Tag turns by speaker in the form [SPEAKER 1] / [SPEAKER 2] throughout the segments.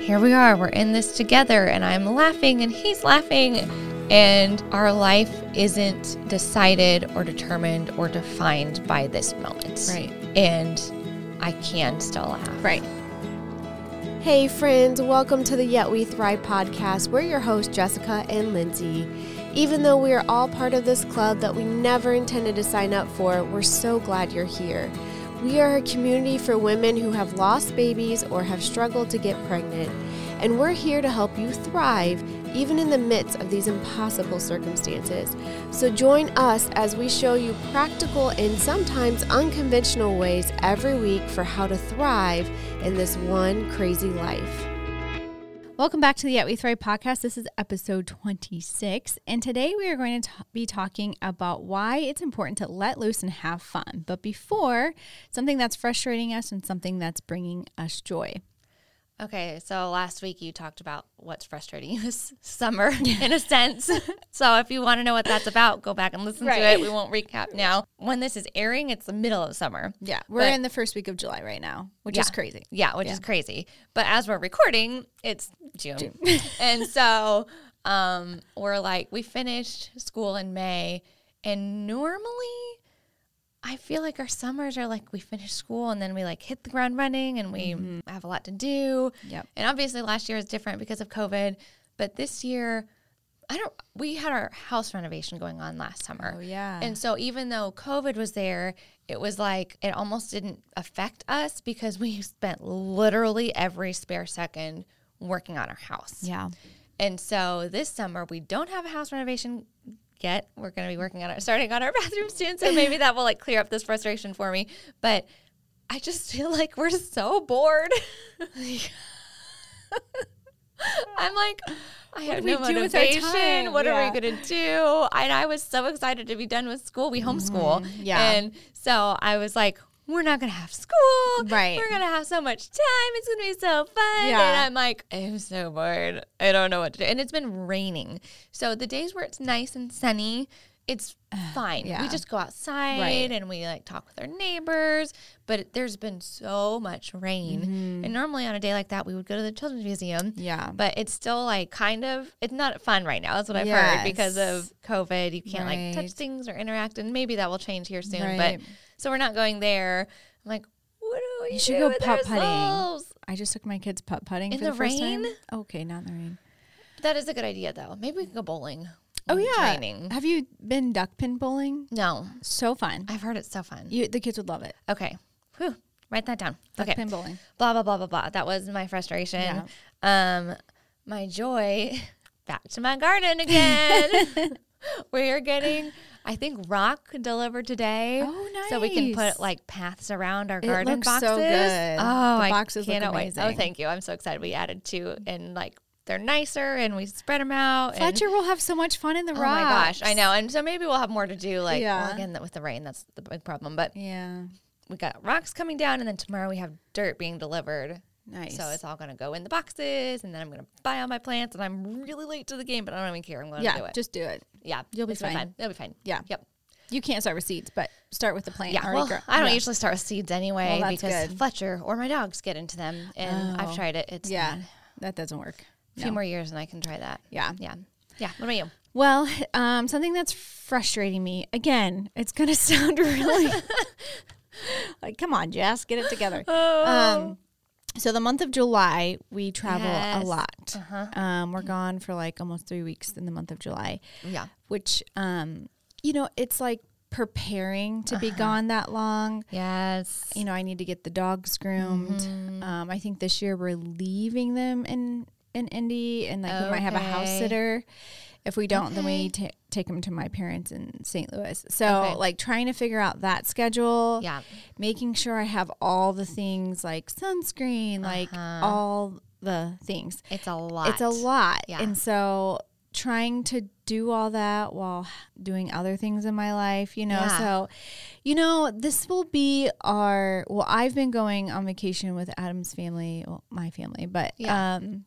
[SPEAKER 1] here we are, we're in this together, and I'm laughing and he's laughing. And our life isn't decided or determined or defined by this moment.
[SPEAKER 2] Right.
[SPEAKER 1] And I can still laugh.
[SPEAKER 2] Right.
[SPEAKER 3] Hey, friends, welcome to the Yet We Thrive podcast. We're your hosts, Jessica and Lindsay. Even though we are all part of this club that we never intended to sign up for, we're so glad you're here. We are a community for women who have lost babies or have struggled to get pregnant, and we're here to help you thrive even in the midst of these impossible circumstances. So join us as we show you practical and sometimes unconventional ways every week for how to thrive in this one crazy life.
[SPEAKER 2] Welcome back to the Yet We Thrive podcast. This is episode 26. And today we are going to t- be talking about why it's important to let loose and have fun. But before, something that's frustrating us and something that's bringing us joy.
[SPEAKER 1] Okay, so last week you talked about what's frustrating you this summer, in a sense. so if you want to know what that's about, go back and listen to
[SPEAKER 2] Right.
[SPEAKER 1] it. We won't recap now. When this is airing, it's the middle of summer.
[SPEAKER 2] Yeah. We're
[SPEAKER 1] But-
[SPEAKER 2] in the first week of July right now, which is
[SPEAKER 1] Yeah.
[SPEAKER 2] crazy.
[SPEAKER 1] Yeah, which is crazy. But as we're recording, it's June. and so um, we're like, we finished school in May. And normally, I feel like our summers are like we finish school and then we like hit the ground running and we have a lot to do.
[SPEAKER 2] Yep.
[SPEAKER 1] And obviously, last year is different because of COVID. But this year, I don't, we had our house renovation going on last summer.
[SPEAKER 2] Oh, yeah.
[SPEAKER 1] And so even though COVID was there, it was like it almost didn't affect us because we spent literally every spare second working on our house.
[SPEAKER 2] yeah.
[SPEAKER 1] And so this summer we don't have a house renovation yet. We're going to be working on it, starting on our bathroom soon. So maybe that will like clear up this frustration for me. But I just feel like we're so bored. I'm like, I have
[SPEAKER 2] do we
[SPEAKER 1] no
[SPEAKER 2] do with our
[SPEAKER 1] motivation.
[SPEAKER 2] time?
[SPEAKER 1] What are
[SPEAKER 2] Yeah.
[SPEAKER 1] we gonna do? And I was so excited to be done with school. We homeschool,
[SPEAKER 2] Mm-hmm. Yeah.
[SPEAKER 1] And so I was like, we're not gonna have school,
[SPEAKER 2] Right.
[SPEAKER 1] We're gonna have so much time. It's gonna be so fun. And
[SPEAKER 2] Yeah.
[SPEAKER 1] I'm like, I'm so bored. I don't know what to do. And it's been raining. So the days where it's nice and sunny, it's fine.
[SPEAKER 2] yeah.
[SPEAKER 1] We just go outside
[SPEAKER 2] Right.
[SPEAKER 1] and we like talk with our neighbors. But it- there's been so much rain. And normally on a day like that, we would go to the children's museum.
[SPEAKER 2] Mm-hmm. Yeah.
[SPEAKER 1] But it's still like kind of it's not fun right now. That's what I've heard because of
[SPEAKER 2] Yes.
[SPEAKER 1] COVID. You can't like
[SPEAKER 2] Right.
[SPEAKER 1] touch things or interact, and maybe that will change here soon. But
[SPEAKER 2] Right.
[SPEAKER 1] so we're not going there. I'm like, what do we
[SPEAKER 2] You
[SPEAKER 1] should
[SPEAKER 2] should
[SPEAKER 1] do
[SPEAKER 2] go
[SPEAKER 1] with
[SPEAKER 2] putt putting.
[SPEAKER 1] ourselves?
[SPEAKER 2] I just took my kids putt putting
[SPEAKER 1] In
[SPEAKER 2] for the,
[SPEAKER 1] the
[SPEAKER 2] first time.
[SPEAKER 1] rain?
[SPEAKER 2] Okay, not in the rain.
[SPEAKER 1] That is a good idea though. Maybe we can go bowling.
[SPEAKER 2] Oh
[SPEAKER 1] when it's
[SPEAKER 2] yeah.
[SPEAKER 1] raining.
[SPEAKER 2] Have you been duck pin bowling?
[SPEAKER 1] No,
[SPEAKER 2] So fun.
[SPEAKER 1] I've heard it's so fun.
[SPEAKER 2] You the kids would love it.
[SPEAKER 1] okay, Whew. write that down.
[SPEAKER 2] Duck
[SPEAKER 1] okay,
[SPEAKER 2] pin bowling.
[SPEAKER 1] blah blah blah blah blah. That was my frustration. Um, my joy. Back to my garden again. we are getting, I think, rock delivered today.
[SPEAKER 2] Oh,
[SPEAKER 1] So we can
[SPEAKER 2] nice.
[SPEAKER 1] put like paths around our
[SPEAKER 2] It
[SPEAKER 1] garden
[SPEAKER 2] looks
[SPEAKER 1] boxes.
[SPEAKER 2] so good.
[SPEAKER 1] Oh,
[SPEAKER 2] The
[SPEAKER 1] I
[SPEAKER 2] boxes look
[SPEAKER 1] cannot wait. Oh,
[SPEAKER 2] amazing.
[SPEAKER 1] thank you. I'm so excited. We added two, and like they're nicer, and we spread them out. and-
[SPEAKER 2] Fletcher will have so much fun in the
[SPEAKER 1] Oh
[SPEAKER 2] rocks.
[SPEAKER 1] my gosh, I know. And so maybe we'll have more to do. Like well,
[SPEAKER 2] Yeah.
[SPEAKER 1] again, with the rain, that's the big problem. But
[SPEAKER 2] Yeah.
[SPEAKER 1] we got rocks coming down, and then tomorrow we have dirt being delivered.
[SPEAKER 2] Nice.
[SPEAKER 1] So it's all going to go in the boxes, and then I'm going to buy all my plants, and I'm really late to the game, but I don't even care. I'm going to
[SPEAKER 2] yeah,
[SPEAKER 1] do it.
[SPEAKER 2] just do it.
[SPEAKER 1] yeah,
[SPEAKER 2] you'll be
[SPEAKER 1] it's gonna
[SPEAKER 2] fine.
[SPEAKER 1] It'll be fine.
[SPEAKER 2] Yeah.
[SPEAKER 1] Yep.
[SPEAKER 2] You can't start with seeds, but start with the plant.
[SPEAKER 1] Yeah.
[SPEAKER 2] already
[SPEAKER 1] Well,
[SPEAKER 2] grown.
[SPEAKER 1] I don't
[SPEAKER 2] Yeah.
[SPEAKER 1] usually start with seeds anyway
[SPEAKER 2] Well, that's
[SPEAKER 1] because
[SPEAKER 2] good.
[SPEAKER 1] Fletcher or my dogs get into them, and
[SPEAKER 2] Oh.
[SPEAKER 1] I've tried it. It's
[SPEAKER 2] Yeah,
[SPEAKER 1] not-
[SPEAKER 2] that doesn't work.
[SPEAKER 1] a few
[SPEAKER 2] No.
[SPEAKER 1] more years, and I can try that.
[SPEAKER 2] Yeah.
[SPEAKER 1] Yeah. Yeah. What about you?
[SPEAKER 2] Well, um, something that's frustrating me again. It's gonna sound really like, come on, Jess, get it together. Um, so the month of July, we travel
[SPEAKER 1] Yes.
[SPEAKER 2] a lot. Um, we're gone for like almost three weeks in the month of July.
[SPEAKER 1] Yeah.
[SPEAKER 2] which um you know it's like preparing to be gone that long
[SPEAKER 1] Yes.
[SPEAKER 2] you know i need to get the dogs groomed
[SPEAKER 1] Mm-hmm.
[SPEAKER 2] um i think this year we're leaving them in in indy and like we might have a house
[SPEAKER 1] Okay.
[SPEAKER 2] sitter if we don't then we ta take them to my parents in st louis so
[SPEAKER 1] Okay.
[SPEAKER 2] like trying to figure out that schedule
[SPEAKER 1] Yeah.
[SPEAKER 2] making sure i have all the things like sunscreen like
[SPEAKER 1] Uh-huh.
[SPEAKER 2] all the things
[SPEAKER 1] It's a lot.
[SPEAKER 2] it's a lot.
[SPEAKER 1] Yeah.
[SPEAKER 2] And so trying to do all that while doing other things in my life, you know.
[SPEAKER 1] Yeah.
[SPEAKER 2] So, you know, this will be our well, I've been going on vacation with Adam's family, well, my family, but
[SPEAKER 1] Yeah.
[SPEAKER 2] um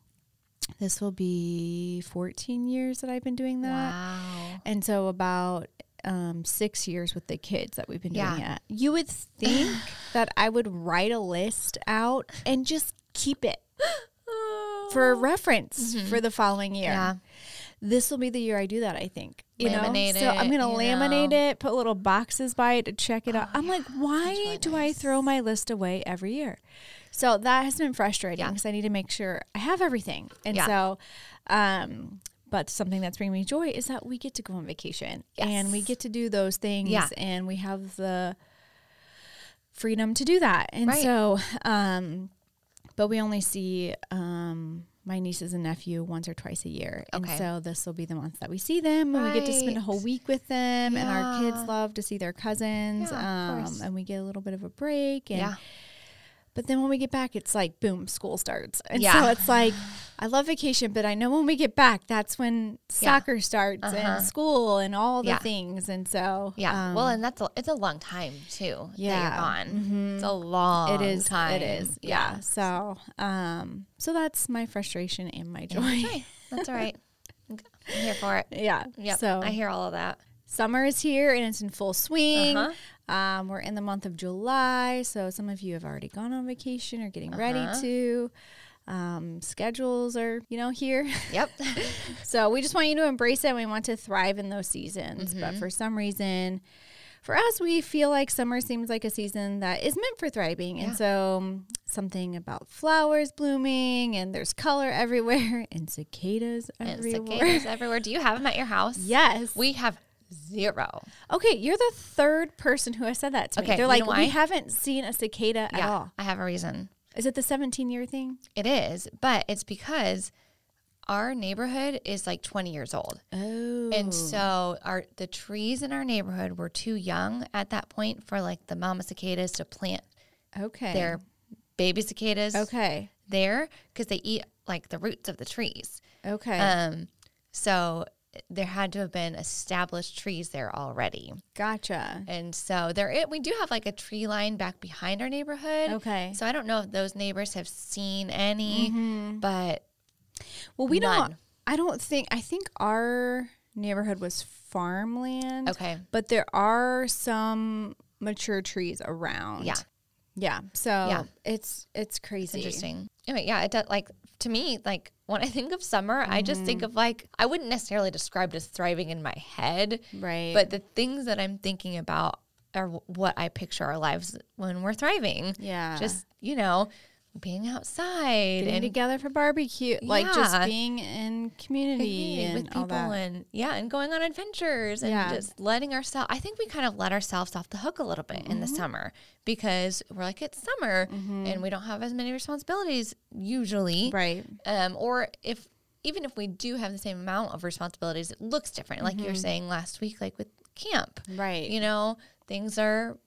[SPEAKER 2] this will be 14 years that I've been doing that.
[SPEAKER 1] Wow.
[SPEAKER 2] And so about um, six years with the kids that we've been doing
[SPEAKER 1] Yeah.
[SPEAKER 2] it. You would think that I would write a list out and just keep it for reference for the following year.
[SPEAKER 1] Mm-hmm. Yeah.
[SPEAKER 2] This will be the year I do that, I think. You
[SPEAKER 1] Laminate
[SPEAKER 2] know? So I'm
[SPEAKER 1] it,
[SPEAKER 2] going to
[SPEAKER 1] you
[SPEAKER 2] laminate
[SPEAKER 1] know. Oh,
[SPEAKER 2] it, put little boxes by it to check it out. I'm like, why
[SPEAKER 1] really
[SPEAKER 2] do I throw my list away every year? So that has been frustrating
[SPEAKER 1] Yeah.
[SPEAKER 2] because I need to make sure I have everything. And
[SPEAKER 1] Yeah.
[SPEAKER 2] so, um, but something that's bringing me joy is that we get to go on vacation and we
[SPEAKER 1] Yes.
[SPEAKER 2] get to do those things
[SPEAKER 1] Yeah.
[SPEAKER 2] and we have the freedom to do that. And
[SPEAKER 1] Right.
[SPEAKER 2] so, um, but we only see um, my nieces and nephew once or twice a year.
[SPEAKER 1] Okay.
[SPEAKER 2] And so this will be the month that we see them and we get to spend a whole
[SPEAKER 1] Right.
[SPEAKER 2] week with them. And our
[SPEAKER 1] Yeah.
[SPEAKER 2] kids love to see their cousins.
[SPEAKER 1] Yeah, of
[SPEAKER 2] um,
[SPEAKER 1] course.
[SPEAKER 2] and we get a little bit of a break. And
[SPEAKER 1] Yeah.
[SPEAKER 2] but then when we get back, it's like boom, school starts. And so
[SPEAKER 1] Yeah.
[SPEAKER 2] it's like I love vacation, but I know when we get back, that's when
[SPEAKER 1] Yeah.
[SPEAKER 2] soccer starts
[SPEAKER 1] Uh-huh.
[SPEAKER 2] and school and all the
[SPEAKER 1] Yeah.
[SPEAKER 2] things. And so
[SPEAKER 1] Yeah.
[SPEAKER 2] um,
[SPEAKER 1] well, and that's a, it's a long time too.
[SPEAKER 2] Yeah.
[SPEAKER 1] That
[SPEAKER 2] mm-hmm.
[SPEAKER 1] you're gone. It's a long
[SPEAKER 2] it is
[SPEAKER 1] time.
[SPEAKER 2] it is yeah. So um so that's my frustration and my joy.
[SPEAKER 1] Okay. That's all right. I'm here for it.
[SPEAKER 2] Yeah.
[SPEAKER 1] Yep.
[SPEAKER 2] So
[SPEAKER 1] I hear all of that.
[SPEAKER 2] summer is here and it's in full swing.
[SPEAKER 1] Uh-huh.
[SPEAKER 2] Um, we're in the month of July, so some of you have already gone on vacation or getting ready
[SPEAKER 1] Uh-huh.
[SPEAKER 2] to. Um, schedules are you know here,
[SPEAKER 1] Yep.
[SPEAKER 2] so we just want you to embrace it. and We want to thrive in those seasons, but
[SPEAKER 1] Mm-hmm.
[SPEAKER 2] for some reason, for us, we feel like summer seems like a season that is meant for thriving,
[SPEAKER 1] Yeah.
[SPEAKER 2] and so um, something about flowers blooming and there's color everywhere and cicadas
[SPEAKER 1] and
[SPEAKER 2] everywhere.
[SPEAKER 1] cicadas everywhere. Do you have them at your house?
[SPEAKER 2] Yes.
[SPEAKER 1] We have zero.
[SPEAKER 2] Okay, you're the third person who has said that to me.
[SPEAKER 1] Okay,
[SPEAKER 2] They're
[SPEAKER 1] you
[SPEAKER 2] like,
[SPEAKER 1] know why?
[SPEAKER 2] we haven't seen a cicada at
[SPEAKER 1] yeah.
[SPEAKER 2] all.
[SPEAKER 1] I have a reason.
[SPEAKER 2] Is it the 17 year thing?
[SPEAKER 1] It is, but it's because our neighborhood is like 20 years old.
[SPEAKER 2] Oh.
[SPEAKER 1] And so our the trees in our neighborhood were too young at that point for like the mama cicadas to plant
[SPEAKER 2] okay.
[SPEAKER 1] their baby cicadas
[SPEAKER 2] Okay.
[SPEAKER 1] there because they eat like the roots of the trees.
[SPEAKER 2] Okay.
[SPEAKER 1] Um, so there had to have been established trees there already.
[SPEAKER 2] gotcha.
[SPEAKER 1] And so there it we do have like a tree line back behind our neighborhood.
[SPEAKER 2] Okay.
[SPEAKER 1] So I don't know if those neighbors have seen any,
[SPEAKER 2] Mm-hmm.
[SPEAKER 1] but
[SPEAKER 2] Well, we don't,
[SPEAKER 1] none.
[SPEAKER 2] I don't think, I think our neighborhood was farmland.
[SPEAKER 1] okay.
[SPEAKER 2] But there are some mature trees around.
[SPEAKER 1] Yeah.
[SPEAKER 2] Yeah. So
[SPEAKER 1] Yeah.
[SPEAKER 2] it's, it's crazy.
[SPEAKER 1] It's interesting. Anyway, yeah, it does. Like to me, like when I think of summer, I just think
[SPEAKER 2] Mm-hmm.
[SPEAKER 1] of like I wouldn't necessarily describe it as thriving in my head,
[SPEAKER 2] Right.
[SPEAKER 1] but the things that I'm thinking about are wh- what I picture our lives when we're thriving.
[SPEAKER 2] yeah.
[SPEAKER 1] Just you know, being outside
[SPEAKER 2] being
[SPEAKER 1] and
[SPEAKER 2] together for barbecue, like just
[SPEAKER 1] Yeah.
[SPEAKER 2] being in community
[SPEAKER 1] community
[SPEAKER 2] and
[SPEAKER 1] with
[SPEAKER 2] all
[SPEAKER 1] people
[SPEAKER 2] that.
[SPEAKER 1] and yeah, and going on adventures and
[SPEAKER 2] Yeah.
[SPEAKER 1] just letting ourselves. I think we kind of let ourselves off the hook a little bit in the
[SPEAKER 2] Mm-hmm.
[SPEAKER 1] summer because we're like it's summer and we don't have as many responsibilities usually,
[SPEAKER 2] Right.
[SPEAKER 1] um, or if even if we do have the same amount of responsibilities, it looks different. Like you were saying last week, like with camp,
[SPEAKER 2] Mm-hmm. Right.
[SPEAKER 1] you know, things are.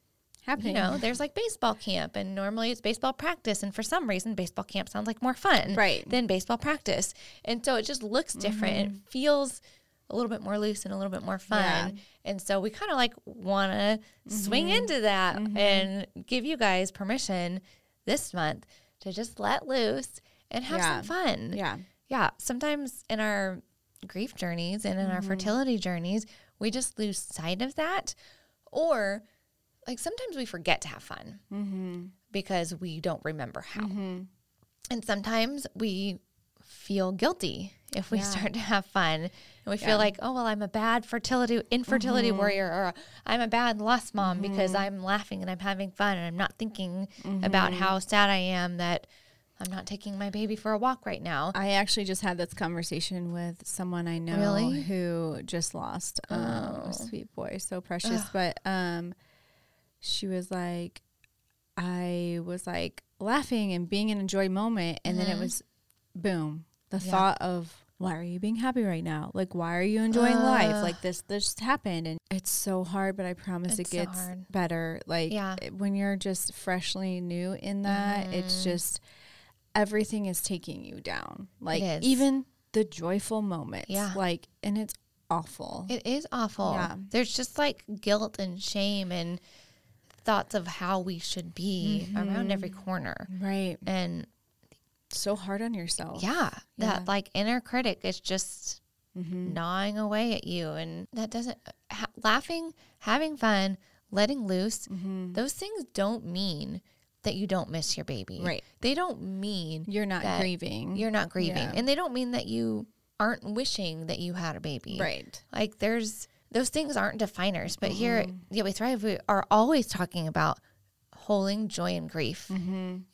[SPEAKER 1] You
[SPEAKER 2] happening.
[SPEAKER 1] know, there's like baseball camp, and normally it's baseball practice. And for some reason, baseball camp sounds like more fun
[SPEAKER 2] Right. Mm-hmm.
[SPEAKER 1] than baseball practice. And so it just looks different. It feels a little bit more loose and a little bit more fun.
[SPEAKER 2] Yeah. Mm-hmm.
[SPEAKER 1] And so we kind of like want to swing into that and give you guys permission this month to just let loose and have
[SPEAKER 2] Yeah.
[SPEAKER 1] some fun.
[SPEAKER 2] Yeah.
[SPEAKER 1] Yeah, sometimes in our grief journeys and in our fertility journeys, we just lose sight of that. Or like sometimes we forget to have fun because we don't remember how. And sometimes we feel guilty if we
[SPEAKER 2] Yeah.
[SPEAKER 1] start to have fun and we feel like, oh, well, I'm a bad fertility, infertility warrior, or I'm a bad lost mom because I'm laughing and I'm having fun and I'm not thinking about how sad I am that I'm not taking my baby for a walk right now.
[SPEAKER 2] I actually just had this conversation with someone I know
[SPEAKER 1] Really? Oh.
[SPEAKER 2] who just lost um, a sweet boy, so precious. But um, she was like, I was like laughing and being in a joy moment, and
[SPEAKER 1] Mm-hmm.
[SPEAKER 2] then it was boom, the thought of why are you being happy right now? Like, why are you enjoying life? Like this, this just happened, and it's so hard. But I promise it
[SPEAKER 1] It's so
[SPEAKER 2] gets
[SPEAKER 1] hard.
[SPEAKER 2] better. Like
[SPEAKER 1] Yeah.
[SPEAKER 2] it- when you're just freshly new in that,
[SPEAKER 1] Mm-hmm.
[SPEAKER 2] it's just everything is taking you down. Like
[SPEAKER 1] is.
[SPEAKER 2] even the joyful moments.
[SPEAKER 1] Yeah.
[SPEAKER 2] Like and it's awful.
[SPEAKER 1] It is awful.
[SPEAKER 2] Yeah.
[SPEAKER 1] There's just like guilt and shame and thoughts of how we should be around every
[SPEAKER 2] Mm-hmm.
[SPEAKER 1] corner.
[SPEAKER 2] right.
[SPEAKER 1] And
[SPEAKER 2] So hard on yourself.
[SPEAKER 1] yeah, that
[SPEAKER 2] Yeah. Mm-hmm.
[SPEAKER 1] like inner critic is just gnawing away at you. And that doesn't, ha-
[SPEAKER 2] Mm-hmm.
[SPEAKER 1] laughing, having fun, letting loose, those things don't mean that you don't miss your baby.
[SPEAKER 2] Right.
[SPEAKER 1] They don't mean
[SPEAKER 2] You're not
[SPEAKER 1] that
[SPEAKER 2] grieving.
[SPEAKER 1] You're not grieving.
[SPEAKER 2] Yeah.
[SPEAKER 1] And they don't mean that you aren't wishing that you had a baby.
[SPEAKER 2] right.
[SPEAKER 1] Like there's those things aren't definers, but here at Yeah We Thrive we are always talking about holding joy and grief in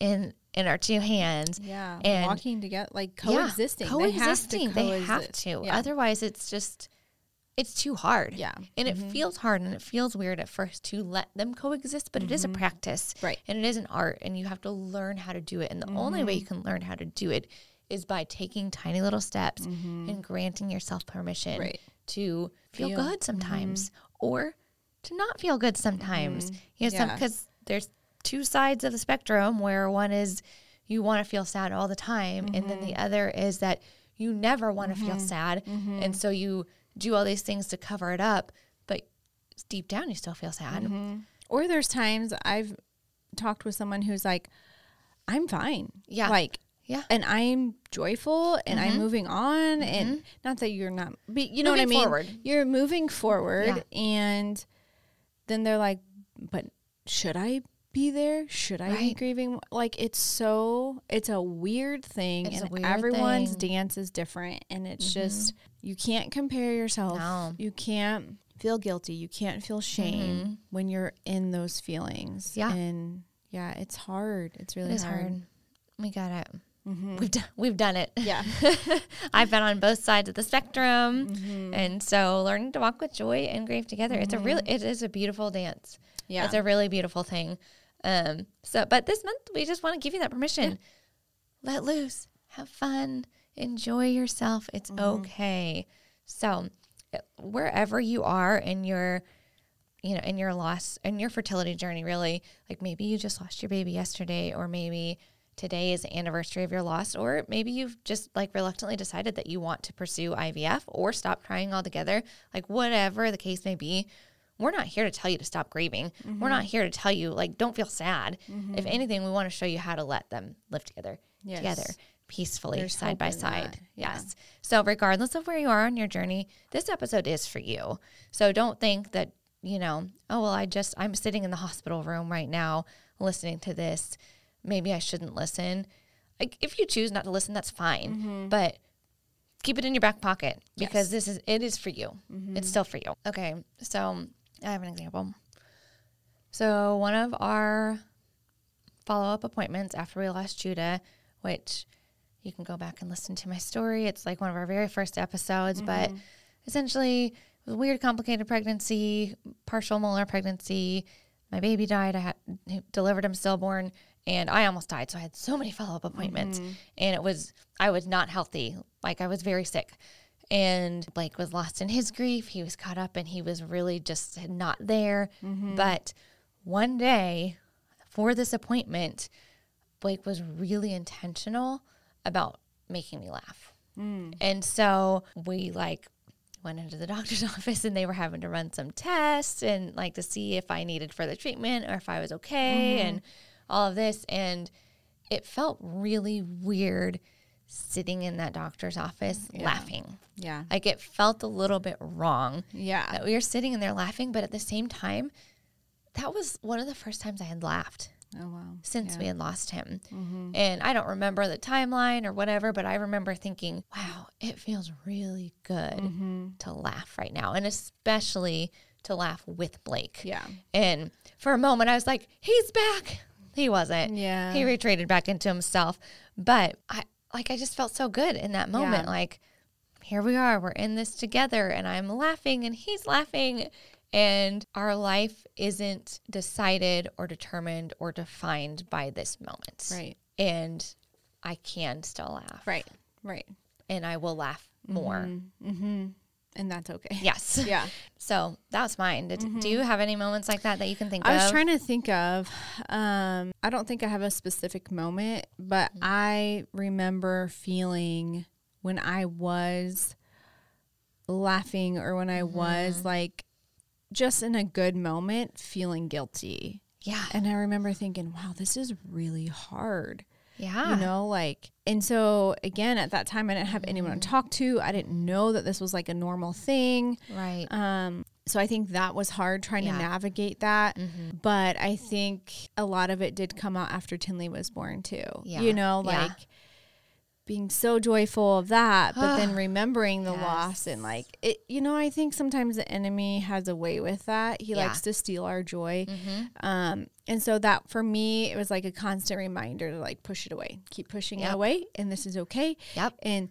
[SPEAKER 1] in our two hands.
[SPEAKER 2] Yeah.
[SPEAKER 1] And-
[SPEAKER 2] Walking together, like
[SPEAKER 1] Yeah,
[SPEAKER 2] coexisting.
[SPEAKER 1] coexisting.
[SPEAKER 2] They have to.
[SPEAKER 1] They have
[SPEAKER 2] coexist.
[SPEAKER 1] to.
[SPEAKER 2] Yeah.
[SPEAKER 1] Otherwise it's just it's too hard.
[SPEAKER 2] Yeah. Mm-hmm.
[SPEAKER 1] And it feels hard and it feels weird at first to let them coexist, but it is a practice.
[SPEAKER 2] Mm-hmm. Right. Mm-hmm.
[SPEAKER 1] And it is an art and you have to learn how to do it. And the only way you can learn how to do it is by taking tiny little steps and granting yourself permission
[SPEAKER 2] Mm-hmm. Right.
[SPEAKER 1] to feel,
[SPEAKER 2] Feel. Mm-hmm.
[SPEAKER 1] good sometimes or to not feel good sometimes. You know,
[SPEAKER 2] Yeah.
[SPEAKER 1] because there's two sides of the spectrum where one is you want to feel sad all the time, and then
[SPEAKER 2] Mm-hmm.
[SPEAKER 1] the other is that you never want to feel sad, and so you do all these things to cover it up, but deep down you still feel sad.
[SPEAKER 2] Mm-hmm. Or there's times I've talked with someone who's like, I'm fine.
[SPEAKER 1] Yeah.
[SPEAKER 2] Like,
[SPEAKER 1] Yeah.
[SPEAKER 2] And I'm joyful and I'm moving on. And not that you're not, but you know what I
[SPEAKER 1] Mm-hmm. Moving
[SPEAKER 2] mean?
[SPEAKER 1] forward.
[SPEAKER 2] You're moving forward. And then they're like, but should I be there? Should I be
[SPEAKER 1] Right.
[SPEAKER 2] grieving? Like, it's so, it's a weird thing.
[SPEAKER 1] It's a
[SPEAKER 2] and
[SPEAKER 1] weird
[SPEAKER 2] everyone's
[SPEAKER 1] thing. Mm-hmm.
[SPEAKER 2] dance is different. And it's just, you can't compare yourself.
[SPEAKER 1] No. Mm-hmm.
[SPEAKER 2] You can't feel guilty. You can't feel shame when you're in those feelings.
[SPEAKER 1] Yeah.
[SPEAKER 2] And yeah, it's hard. It's really
[SPEAKER 1] It is
[SPEAKER 2] hard. Mm-hmm.
[SPEAKER 1] hard. We got it. We've done, we've done it.
[SPEAKER 2] Yeah.
[SPEAKER 1] I've been on both sides of the spectrum, and so learning to walk with joy and grief together. It's a really it is a beautiful dance.
[SPEAKER 2] Yeah.
[SPEAKER 1] it's a really beautiful thing. Um, so, but this month we just want to give you that permission. Let loose, have fun, enjoy yourself. It's okay. So, uh, wherever you are in your you know, in your loss, in your fertility journey, really, like maybe you just lost your baby yesterday, or maybe today is the anniversary of your loss, or maybe you've just like reluctantly decided that you want to pursue IVF or stop trying altogether, like whatever the case may be. We're not here to tell you to stop grieving. We're not here to tell you, like, don't feel sad. If anything, we want to show you how to let them live together,
[SPEAKER 2] Yes.
[SPEAKER 1] together, peacefully,
[SPEAKER 2] There's
[SPEAKER 1] side
[SPEAKER 2] hope
[SPEAKER 1] by
[SPEAKER 2] in
[SPEAKER 1] side.
[SPEAKER 2] that. Yeah.
[SPEAKER 1] Yes. So, regardless of where you are on your journey, this episode is for you. So, don't think that, you know, oh, well, I just, I'm sitting in the hospital room right now listening to this. Maybe I shouldn't listen. Like, if you choose not to listen, that's fine.
[SPEAKER 2] Mm-hmm.
[SPEAKER 1] But keep it in your back pocket because this is, it is for you.
[SPEAKER 2] Mm-hmm.
[SPEAKER 1] It's still for you. Okay. So, I have an example. So, one of our follow up appointments after we lost Judah, which you can go back and listen to my story. It's like one of our very first episodes, but essentially, it was a weird, complicated pregnancy, partial molar pregnancy. My baby died. I had he delivered him stillborn, and I almost died. So I had so many follow up appointments, and it was I was not healthy. Like I was very sick, and Blake was lost in his grief. He was caught up, and he was really just not there. But one day, for this appointment, Blake was really intentional about making me laugh. And so we like went into the doctor's office and they were having to run some tests and like to see if I needed further treatment or if I was okay and all of this. And it felt really weird sitting in that doctor's office laughing.
[SPEAKER 2] Yeah.
[SPEAKER 1] Like it felt a little bit wrong
[SPEAKER 2] Yeah.
[SPEAKER 1] that we were sitting in there laughing, but at the same time, that was one of the first times I had laughed
[SPEAKER 2] Oh wow.
[SPEAKER 1] since we had lost him.
[SPEAKER 2] Mm-hmm.
[SPEAKER 1] And I don't remember the timeline or whatever, but I remember thinking, wow, it feels really good
[SPEAKER 2] Mm-hmm.
[SPEAKER 1] to laugh right now. And especially to laugh with Blake.
[SPEAKER 2] Yeah.
[SPEAKER 1] And for a moment, I was like, he's back. He wasn't.
[SPEAKER 2] Yeah.
[SPEAKER 1] He retreated back into himself. But I, like, I just felt so good in that moment.
[SPEAKER 2] Yeah.
[SPEAKER 1] Like, here we are, we're in this together, and I'm laughing, and he's laughing. And our life isn't decided or determined or defined by this moment.
[SPEAKER 2] Right.
[SPEAKER 1] And I can still laugh.
[SPEAKER 2] Right. Right.
[SPEAKER 1] And I will laugh more.
[SPEAKER 2] And that's okay.
[SPEAKER 1] Yes.
[SPEAKER 2] Yeah. Mm-hmm.
[SPEAKER 1] So that's mine. Did, Do you have any moments like that that you can think
[SPEAKER 2] I
[SPEAKER 1] of?
[SPEAKER 2] was trying to think of. Um, I don't think I have a specific moment, but
[SPEAKER 1] Mm-hmm.
[SPEAKER 2] I remember feeling when I was laughing or when I
[SPEAKER 1] Mm-hmm.
[SPEAKER 2] was like just in a good moment feeling guilty.
[SPEAKER 1] yeah.
[SPEAKER 2] And I remember thinking, wow, this is really hard.
[SPEAKER 1] Yeah.
[SPEAKER 2] You know, like, and so again, at that time, I didn't have anyone
[SPEAKER 1] Mm-hmm.
[SPEAKER 2] to talk to. I didn't know that this was like a normal thing.
[SPEAKER 1] Right.
[SPEAKER 2] Um, so I think that was hard trying
[SPEAKER 1] Yeah. Mm-hmm.
[SPEAKER 2] to navigate that. But I think a lot of it did come out after Tinley was born too.
[SPEAKER 1] Yeah.
[SPEAKER 2] You know,
[SPEAKER 1] Yeah.
[SPEAKER 2] like being so joyful of that, but then remembering the
[SPEAKER 1] Yes.
[SPEAKER 2] loss and like it you know, I think sometimes the enemy has a way with that. He
[SPEAKER 1] Yeah. Mm-hmm.
[SPEAKER 2] likes to steal our joy. Um and so that for me it was like a constant reminder to like push it away. Keep pushing
[SPEAKER 1] Yep.
[SPEAKER 2] it away and this is okay.
[SPEAKER 1] Yep.
[SPEAKER 2] And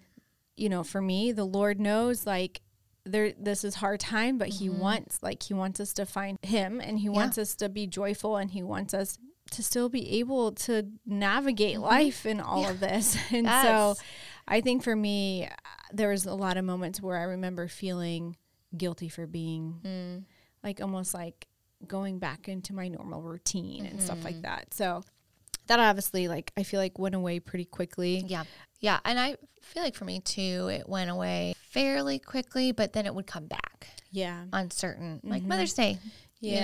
[SPEAKER 2] you know, for me, the Lord knows like there this is hard time, but he wants like he wants us to find him and he wants us to be joyful and he wants us to still be able to navigate life in all of this. And
[SPEAKER 1] Yes.
[SPEAKER 2] so I think for me uh, there was a lot of moments where I remember feeling guilty for being like almost like going back into my normal routine and stuff like that. So that obviously like I feel like went away pretty quickly.
[SPEAKER 1] Yeah. Yeah. And I feel like for me too, it went away fairly quickly, but then it would come back
[SPEAKER 2] Yeah.
[SPEAKER 1] on certain, like Mother's Day,
[SPEAKER 2] Mm-hmm. Yeah. Mm-hmm.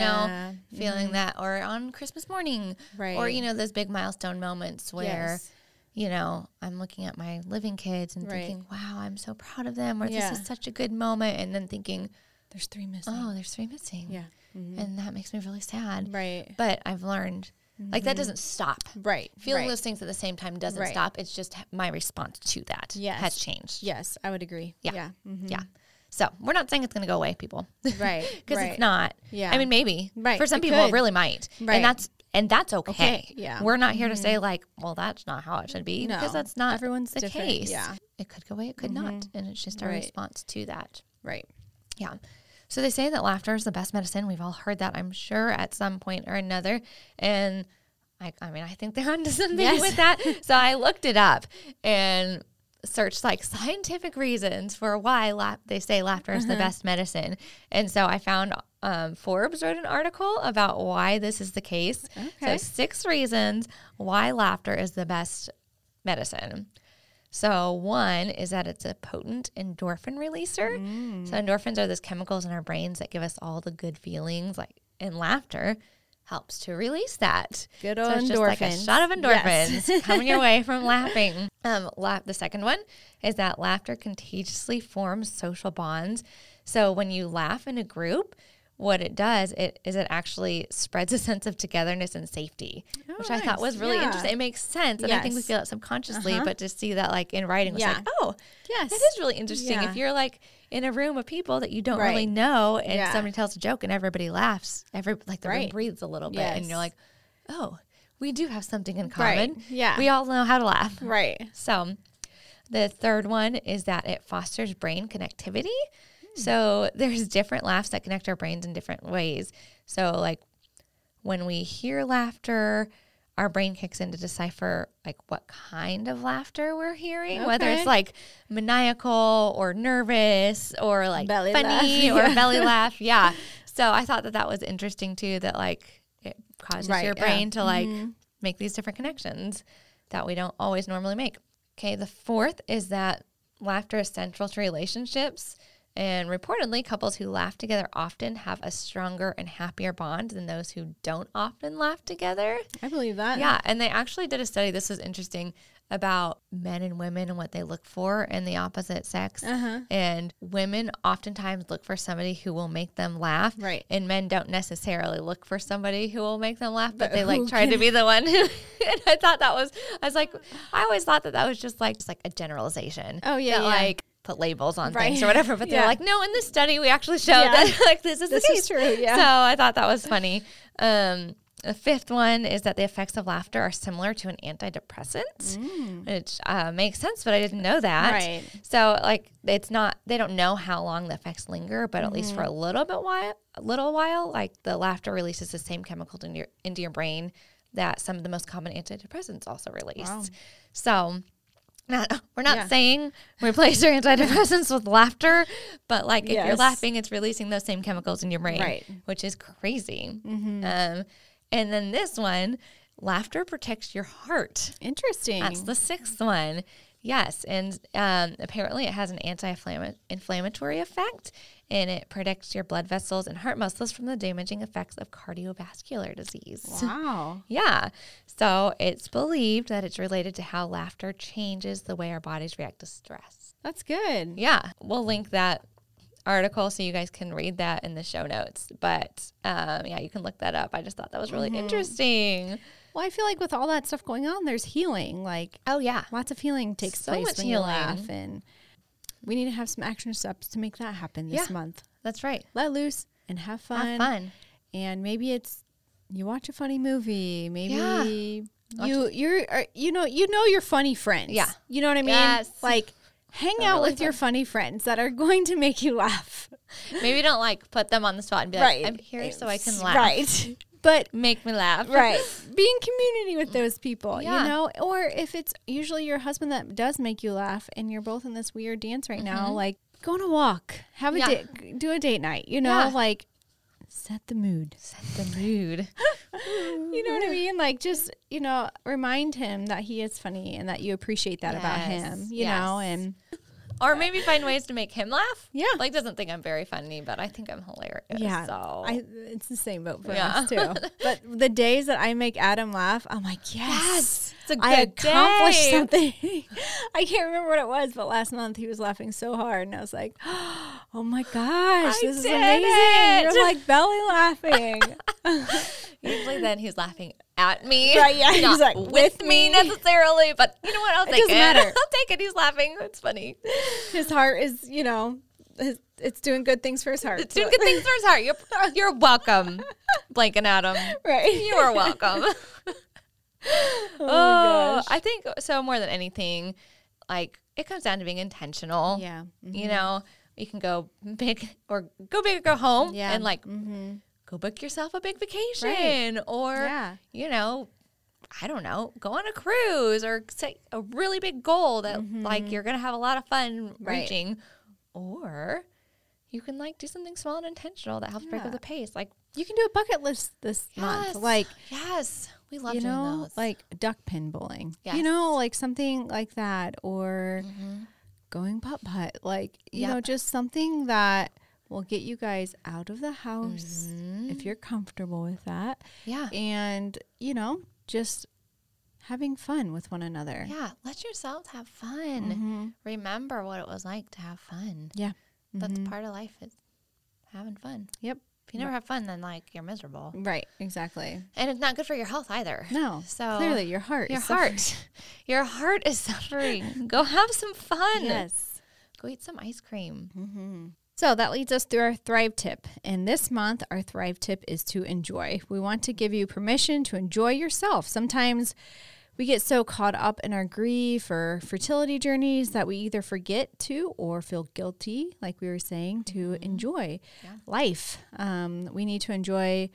[SPEAKER 1] you know, feeling that, or on Christmas morning, or,
[SPEAKER 2] Right.
[SPEAKER 1] you know, those big milestone moments where.
[SPEAKER 2] Yes.
[SPEAKER 1] You know, I'm looking at my living kids and
[SPEAKER 2] Right.
[SPEAKER 1] thinking, wow, I'm so proud of them, or
[SPEAKER 2] Yeah.
[SPEAKER 1] this is such a good moment. And then thinking,
[SPEAKER 2] There's three missing.
[SPEAKER 1] oh, there's three missing.
[SPEAKER 2] Yeah. Mm-hmm.
[SPEAKER 1] And that makes me really sad.
[SPEAKER 2] Right.
[SPEAKER 1] But I've learned, like, that doesn't stop.
[SPEAKER 2] Right.
[SPEAKER 1] Feeling
[SPEAKER 2] right.
[SPEAKER 1] those things at the same time doesn't
[SPEAKER 2] Right.
[SPEAKER 1] stop. It's just h- my response to that
[SPEAKER 2] Yes.
[SPEAKER 1] has changed.
[SPEAKER 2] Yes, I would agree.
[SPEAKER 1] Yeah. Mm-hmm.
[SPEAKER 2] Yeah. Mhm.
[SPEAKER 1] Yeah. So we're not saying it's going to go away, people, because
[SPEAKER 2] Right. right.
[SPEAKER 1] it's not.
[SPEAKER 2] Yeah.
[SPEAKER 1] I mean, maybe.
[SPEAKER 2] Right,
[SPEAKER 1] For some
[SPEAKER 2] it
[SPEAKER 1] people,
[SPEAKER 2] could.
[SPEAKER 1] it really might.
[SPEAKER 2] Right.
[SPEAKER 1] And that's and that's okay.
[SPEAKER 2] Okay, yeah. Mm-hmm.
[SPEAKER 1] We're not here to say like, well, that's not how it should be,
[SPEAKER 2] No,
[SPEAKER 1] because that's not
[SPEAKER 2] everyone's
[SPEAKER 1] the
[SPEAKER 2] different,
[SPEAKER 1] case.
[SPEAKER 2] yeah. Mm-hmm.
[SPEAKER 1] It could go away. It could not. And it's just our
[SPEAKER 2] Right.
[SPEAKER 1] response to that.
[SPEAKER 2] Right.
[SPEAKER 1] Yeah. So they say that laughter is the best medicine. We've all heard that, I'm sure, at some point or another. And I, I mean, I think they're onto something
[SPEAKER 2] Yes.
[SPEAKER 1] with that. So I looked it up and searched like scientific reasons for why la- they say laughter is the
[SPEAKER 2] Uh-huh.
[SPEAKER 1] best medicine. And so I found um, Forbes wrote an article about why this is the case. So
[SPEAKER 2] Okay.
[SPEAKER 1] six reasons why laughter is the best medicine. So, one is that it's a potent endorphin releaser.
[SPEAKER 2] Mm.
[SPEAKER 1] So, endorphins are those chemicals in our brains that give us all the good feelings, like, and laughter helps to release that.
[SPEAKER 2] Good
[SPEAKER 1] so
[SPEAKER 2] old
[SPEAKER 1] it's just like a
[SPEAKER 2] endorphins.
[SPEAKER 1] shot of endorphins
[SPEAKER 2] Yes.
[SPEAKER 1] coming your way from laughing. Um, la- the second one is that laughter contagiously forms social bonds. So, when you laugh in a group, what it does it, is it actually spreads a sense of togetherness and safety, which I thought
[SPEAKER 2] Oh, nice.
[SPEAKER 1] was really
[SPEAKER 2] Yeah.
[SPEAKER 1] interesting. It makes sense. And I think we
[SPEAKER 2] Yes. Uh-huh.
[SPEAKER 1] feel that subconsciously, but to see that like in writing was
[SPEAKER 2] Yeah.
[SPEAKER 1] like, oh,
[SPEAKER 2] Yes.
[SPEAKER 1] that is really interesting.
[SPEAKER 2] Yeah.
[SPEAKER 1] If you're like in a room of people that you don't really
[SPEAKER 2] Right.
[SPEAKER 1] know, and
[SPEAKER 2] Yeah.
[SPEAKER 1] somebody tells a joke and everybody laughs, every like the room
[SPEAKER 2] Right.
[SPEAKER 1] breathes a little bit, and
[SPEAKER 2] Yes.
[SPEAKER 1] you're like, oh, we do have something in
[SPEAKER 2] Right.
[SPEAKER 1] common.
[SPEAKER 2] Yeah.
[SPEAKER 1] we all know how to laugh.
[SPEAKER 2] Right.
[SPEAKER 1] So, the third one is that it fosters brain connectivity.
[SPEAKER 2] Hmm.
[SPEAKER 1] So, there's different laughs that connect our brains in different ways. So, like when we hear laughter, our brain kicks in to decipher like what kind of laughter we're hearing, whether
[SPEAKER 2] Okay.
[SPEAKER 1] it's like maniacal or nervous or like
[SPEAKER 2] Belly
[SPEAKER 1] funny
[SPEAKER 2] laugh,
[SPEAKER 1] or
[SPEAKER 2] yeah.
[SPEAKER 1] belly laugh. Yeah. So I thought that that was interesting too. That like it causes
[SPEAKER 2] Right,
[SPEAKER 1] your
[SPEAKER 2] yeah. Mm-hmm.
[SPEAKER 1] brain to like make these different connections that we don't always normally make. Okay. The fourth is that laughter is central to relationships. And reportedly, couples who laugh together often have a stronger and happier bond than those who don't often laugh together.
[SPEAKER 2] I believe that.
[SPEAKER 1] Yeah, and they actually did a study. This was interesting about men and women and what they look for in the opposite sex.
[SPEAKER 2] Uh-huh.
[SPEAKER 1] And women oftentimes look for somebody who will make them laugh.
[SPEAKER 2] Right.
[SPEAKER 1] And men don't necessarily look for somebody who will make them laugh, but
[SPEAKER 2] But
[SPEAKER 1] they
[SPEAKER 2] who
[SPEAKER 1] like try to be the one who. and I thought that was, I was like, I always thought that that was just like, just like a generalization.
[SPEAKER 2] Oh, yeah,
[SPEAKER 1] That,
[SPEAKER 2] yeah.
[SPEAKER 1] Like, put labels on
[SPEAKER 2] Right.
[SPEAKER 1] things or whatever. But
[SPEAKER 2] Yeah.
[SPEAKER 1] they're like, no, in this study, we actually showed
[SPEAKER 2] Yeah.
[SPEAKER 1] that like this is
[SPEAKER 2] This
[SPEAKER 1] the
[SPEAKER 2] is
[SPEAKER 1] case.
[SPEAKER 2] true, yeah.
[SPEAKER 1] So I thought that was funny. Um, the fifth one is that the effects of laughter are similar to an antidepressant, which uh, makes sense, but I didn't know that.
[SPEAKER 2] Mm. Right.
[SPEAKER 1] So like it's not they don't know how long the effects linger, but at
[SPEAKER 2] Mm-hmm.
[SPEAKER 1] least for a little bit while, a little while, like the laughter releases the same chemicals into your into your brain that some of the most common antidepressants also release. So. Not, we're not
[SPEAKER 2] Yeah.
[SPEAKER 1] saying replace your antidepressants with laughter, but like if you're
[SPEAKER 2] Yes.
[SPEAKER 1] laughing, it's releasing those same chemicals in your brain,
[SPEAKER 2] Right. Mm-hmm.
[SPEAKER 1] which is crazy. Um, and then this one, laughter protects your heart.
[SPEAKER 2] Interesting.
[SPEAKER 1] That's the sixth one. Yes, and um, apparently it has an anti-inflammatory effect, and it protects your blood vessels and heart muscles from the damaging effects of cardiovascular disease.
[SPEAKER 2] Wow.
[SPEAKER 1] Yeah. So it's believed that it's related to how laughter changes the way our bodies react to stress.
[SPEAKER 2] That's good.
[SPEAKER 1] Yeah. We'll link that article so you guys can read that in the show notes. But um, yeah, you can look that up. I just thought that was really
[SPEAKER 2] Mm-hmm.
[SPEAKER 1] interesting.
[SPEAKER 2] Well, I feel like with all that stuff going on, there's healing. Like
[SPEAKER 1] Oh, yeah.
[SPEAKER 2] lots of healing takes
[SPEAKER 1] So
[SPEAKER 2] place
[SPEAKER 1] much
[SPEAKER 2] when you
[SPEAKER 1] healing.
[SPEAKER 2] laugh, and we need to have some action steps to make that happen this
[SPEAKER 1] Yeah.
[SPEAKER 2] month.
[SPEAKER 1] That's right.
[SPEAKER 2] Let loose and have fun.
[SPEAKER 1] Have fun.
[SPEAKER 2] And maybe it's you watch a funny movie. Maybe
[SPEAKER 1] Watch-
[SPEAKER 2] you you're or, you know you know your funny friends.
[SPEAKER 1] Yeah.
[SPEAKER 2] you know what I mean.
[SPEAKER 1] Yes.
[SPEAKER 2] Like hang out
[SPEAKER 1] really
[SPEAKER 2] with your funny friends that are going to make you laugh.
[SPEAKER 1] Maybe don't like put them on the spot and be like, I'm here so I can laugh.
[SPEAKER 2] Right, but
[SPEAKER 1] Make me laugh.
[SPEAKER 2] right be in community with those people
[SPEAKER 1] Yeah.
[SPEAKER 2] you know or if it's usually your husband that does make you laugh and you're both in this weird dance right now like go on a walk have a
[SPEAKER 1] Mm-hmm. Yeah.
[SPEAKER 2] date do a date night you know
[SPEAKER 1] Yeah.
[SPEAKER 2] like set the mood
[SPEAKER 1] Set the mood.
[SPEAKER 2] you know what i mean like just you know remind him that he is funny and that you appreciate that about him
[SPEAKER 1] Yes,
[SPEAKER 2] you know
[SPEAKER 1] yes.
[SPEAKER 2] and
[SPEAKER 1] or maybe find ways to make him laugh.
[SPEAKER 2] Yeah.
[SPEAKER 1] Like doesn't think I'm very funny, but I think I'm hilarious.
[SPEAKER 2] yeah
[SPEAKER 1] So
[SPEAKER 2] I, it's the same vote for
[SPEAKER 1] Yeah.
[SPEAKER 2] us too but the days that i make adam laugh i'm like yes.
[SPEAKER 1] it's a good
[SPEAKER 2] I accomplished
[SPEAKER 1] day.
[SPEAKER 2] something. I can't remember what it was, but last month he was laughing so hard, and I was like, "Oh my gosh, this is
[SPEAKER 1] did
[SPEAKER 2] amazing!"
[SPEAKER 1] it.
[SPEAKER 2] You're like belly laughing.
[SPEAKER 1] Usually then he's laughing at me.
[SPEAKER 2] Right, yeah,
[SPEAKER 1] Not
[SPEAKER 2] he's like,
[SPEAKER 1] with
[SPEAKER 2] "With
[SPEAKER 1] me
[SPEAKER 2] me."
[SPEAKER 1] necessarily, but you know what? I'll
[SPEAKER 2] It
[SPEAKER 1] take
[SPEAKER 2] doesn't matter.
[SPEAKER 1] I'll take it. He's laughing. It's funny.
[SPEAKER 2] his heart is, you know, his, it's doing good things for his heart.
[SPEAKER 1] It's doing good things for his heart. You're you're welcome, Blank and Adam.
[SPEAKER 2] right?
[SPEAKER 1] You are welcome.
[SPEAKER 2] oh, my
[SPEAKER 1] oh,
[SPEAKER 2] gosh.
[SPEAKER 1] I think so. More than anything, like it comes down to being intentional.
[SPEAKER 2] yeah, Mm-hmm.
[SPEAKER 1] you know you can go big or go big or go home
[SPEAKER 2] Yeah.
[SPEAKER 1] and like
[SPEAKER 2] mm-hmm.
[SPEAKER 1] go book yourself a big vacation or
[SPEAKER 2] yeah,
[SPEAKER 1] you know i don't know go on a cruise or set a really big goal that like you're gonna have a lot of fun
[SPEAKER 2] Right.
[SPEAKER 1] reaching or you can like do something small and intentional that helps break up
[SPEAKER 2] Yeah.
[SPEAKER 1] the pace like
[SPEAKER 2] you can do a bucket list this
[SPEAKER 1] yes,
[SPEAKER 2] month, like.
[SPEAKER 1] yes we love
[SPEAKER 2] you
[SPEAKER 1] doing
[SPEAKER 2] know,
[SPEAKER 1] those
[SPEAKER 2] like duck pin bowling.
[SPEAKER 1] Yes. Mm-hmm.
[SPEAKER 2] You know, like something like that, or going putt putt. Like you
[SPEAKER 1] Yep.
[SPEAKER 2] know, just something that will get you guys out of the house
[SPEAKER 1] Mm-hmm.
[SPEAKER 2] if you're comfortable with that,
[SPEAKER 1] yeah
[SPEAKER 2] and you know, just having fun with one another.
[SPEAKER 1] yeah let yourselves have fun
[SPEAKER 2] Mhm.
[SPEAKER 1] remember what it was like to have fun
[SPEAKER 2] Yeah.
[SPEAKER 1] that's
[SPEAKER 2] Mhm.
[SPEAKER 1] part of life is having fun
[SPEAKER 2] Yep.
[SPEAKER 1] If you never have fun, then like you're miserable,
[SPEAKER 2] Right. Exactly.
[SPEAKER 1] and it's not good for your health either.
[SPEAKER 2] No.
[SPEAKER 1] So
[SPEAKER 2] clearly, your heart.
[SPEAKER 1] your
[SPEAKER 2] is suffering.
[SPEAKER 1] heart, your heart is suffering. Go have some fun.
[SPEAKER 2] Yes.
[SPEAKER 1] Go eat some ice cream.
[SPEAKER 2] So that leads us through our Thrive tip. And this month, our Thrive tip is to enjoy. We want to give you permission to enjoy yourself. Sometimes we get so caught up in our grief or fertility journeys that we either forget to or feel guilty, like we were saying, to enjoy life. Um, we need to enjoy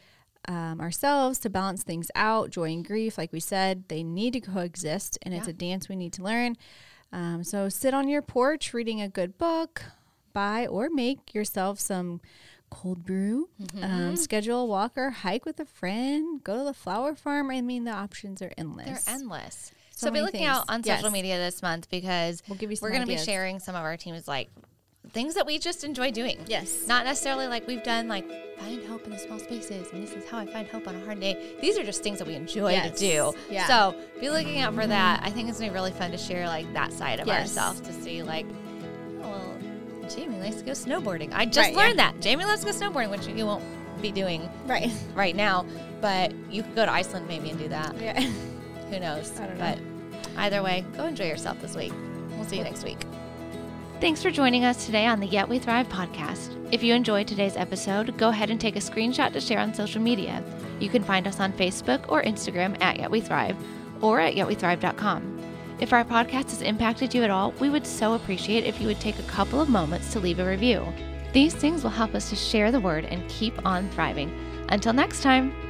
[SPEAKER 2] um, ourselves to balance things out. Joy and grief, like we said, they need to coexist, and it's a dance we need to learn. Um, so sit on your porch reading a good book, buy or make yourself some cold brew, um, schedule a walk or hike with a friend, go to the flower farm. I mean, the options are
[SPEAKER 1] They're
[SPEAKER 2] endless.
[SPEAKER 1] endless. So,
[SPEAKER 2] So
[SPEAKER 1] be
[SPEAKER 2] many
[SPEAKER 1] looking
[SPEAKER 2] things.
[SPEAKER 1] out on social
[SPEAKER 2] Yes.
[SPEAKER 1] media this month because
[SPEAKER 2] We'll give you some
[SPEAKER 1] we're going to be
[SPEAKER 2] ideas.
[SPEAKER 1] sharing some of our team's like things that we just enjoy doing.
[SPEAKER 2] Yes.
[SPEAKER 1] Not necessarily like we've done like find hope in the small spaces and this is how I find hope on a hard day. These are just things that we enjoy
[SPEAKER 2] Yes.
[SPEAKER 1] to do.
[SPEAKER 2] Yeah.
[SPEAKER 1] So be looking out for that. I think it's gonna be really fun to share like that side of
[SPEAKER 2] Yes.
[SPEAKER 1] ourselves to see like, oh well, Jamie likes to go snowboarding. I just
[SPEAKER 2] Right, yeah.
[SPEAKER 1] learned that. Jamie loves to go snowboarding, which you won't be doing
[SPEAKER 2] Right.
[SPEAKER 1] right now, but you could go to Iceland maybe and do that.
[SPEAKER 2] Yeah.
[SPEAKER 1] Who knows?
[SPEAKER 2] I don't know.
[SPEAKER 1] but either way, go enjoy yourself this week. We'll see you next week. Thanks for joining us today on the Yet We Thrive podcast. If you enjoyed today's episode, go ahead and take a screenshot to share on social media. You can find us on Facebook or Instagram at Yet We Thrive or at yetwethrive.com. If our podcast has impacted you at all, we would so appreciate if you would take a couple of moments to leave a review. These things will help us to share the word and keep on thriving. Until next time.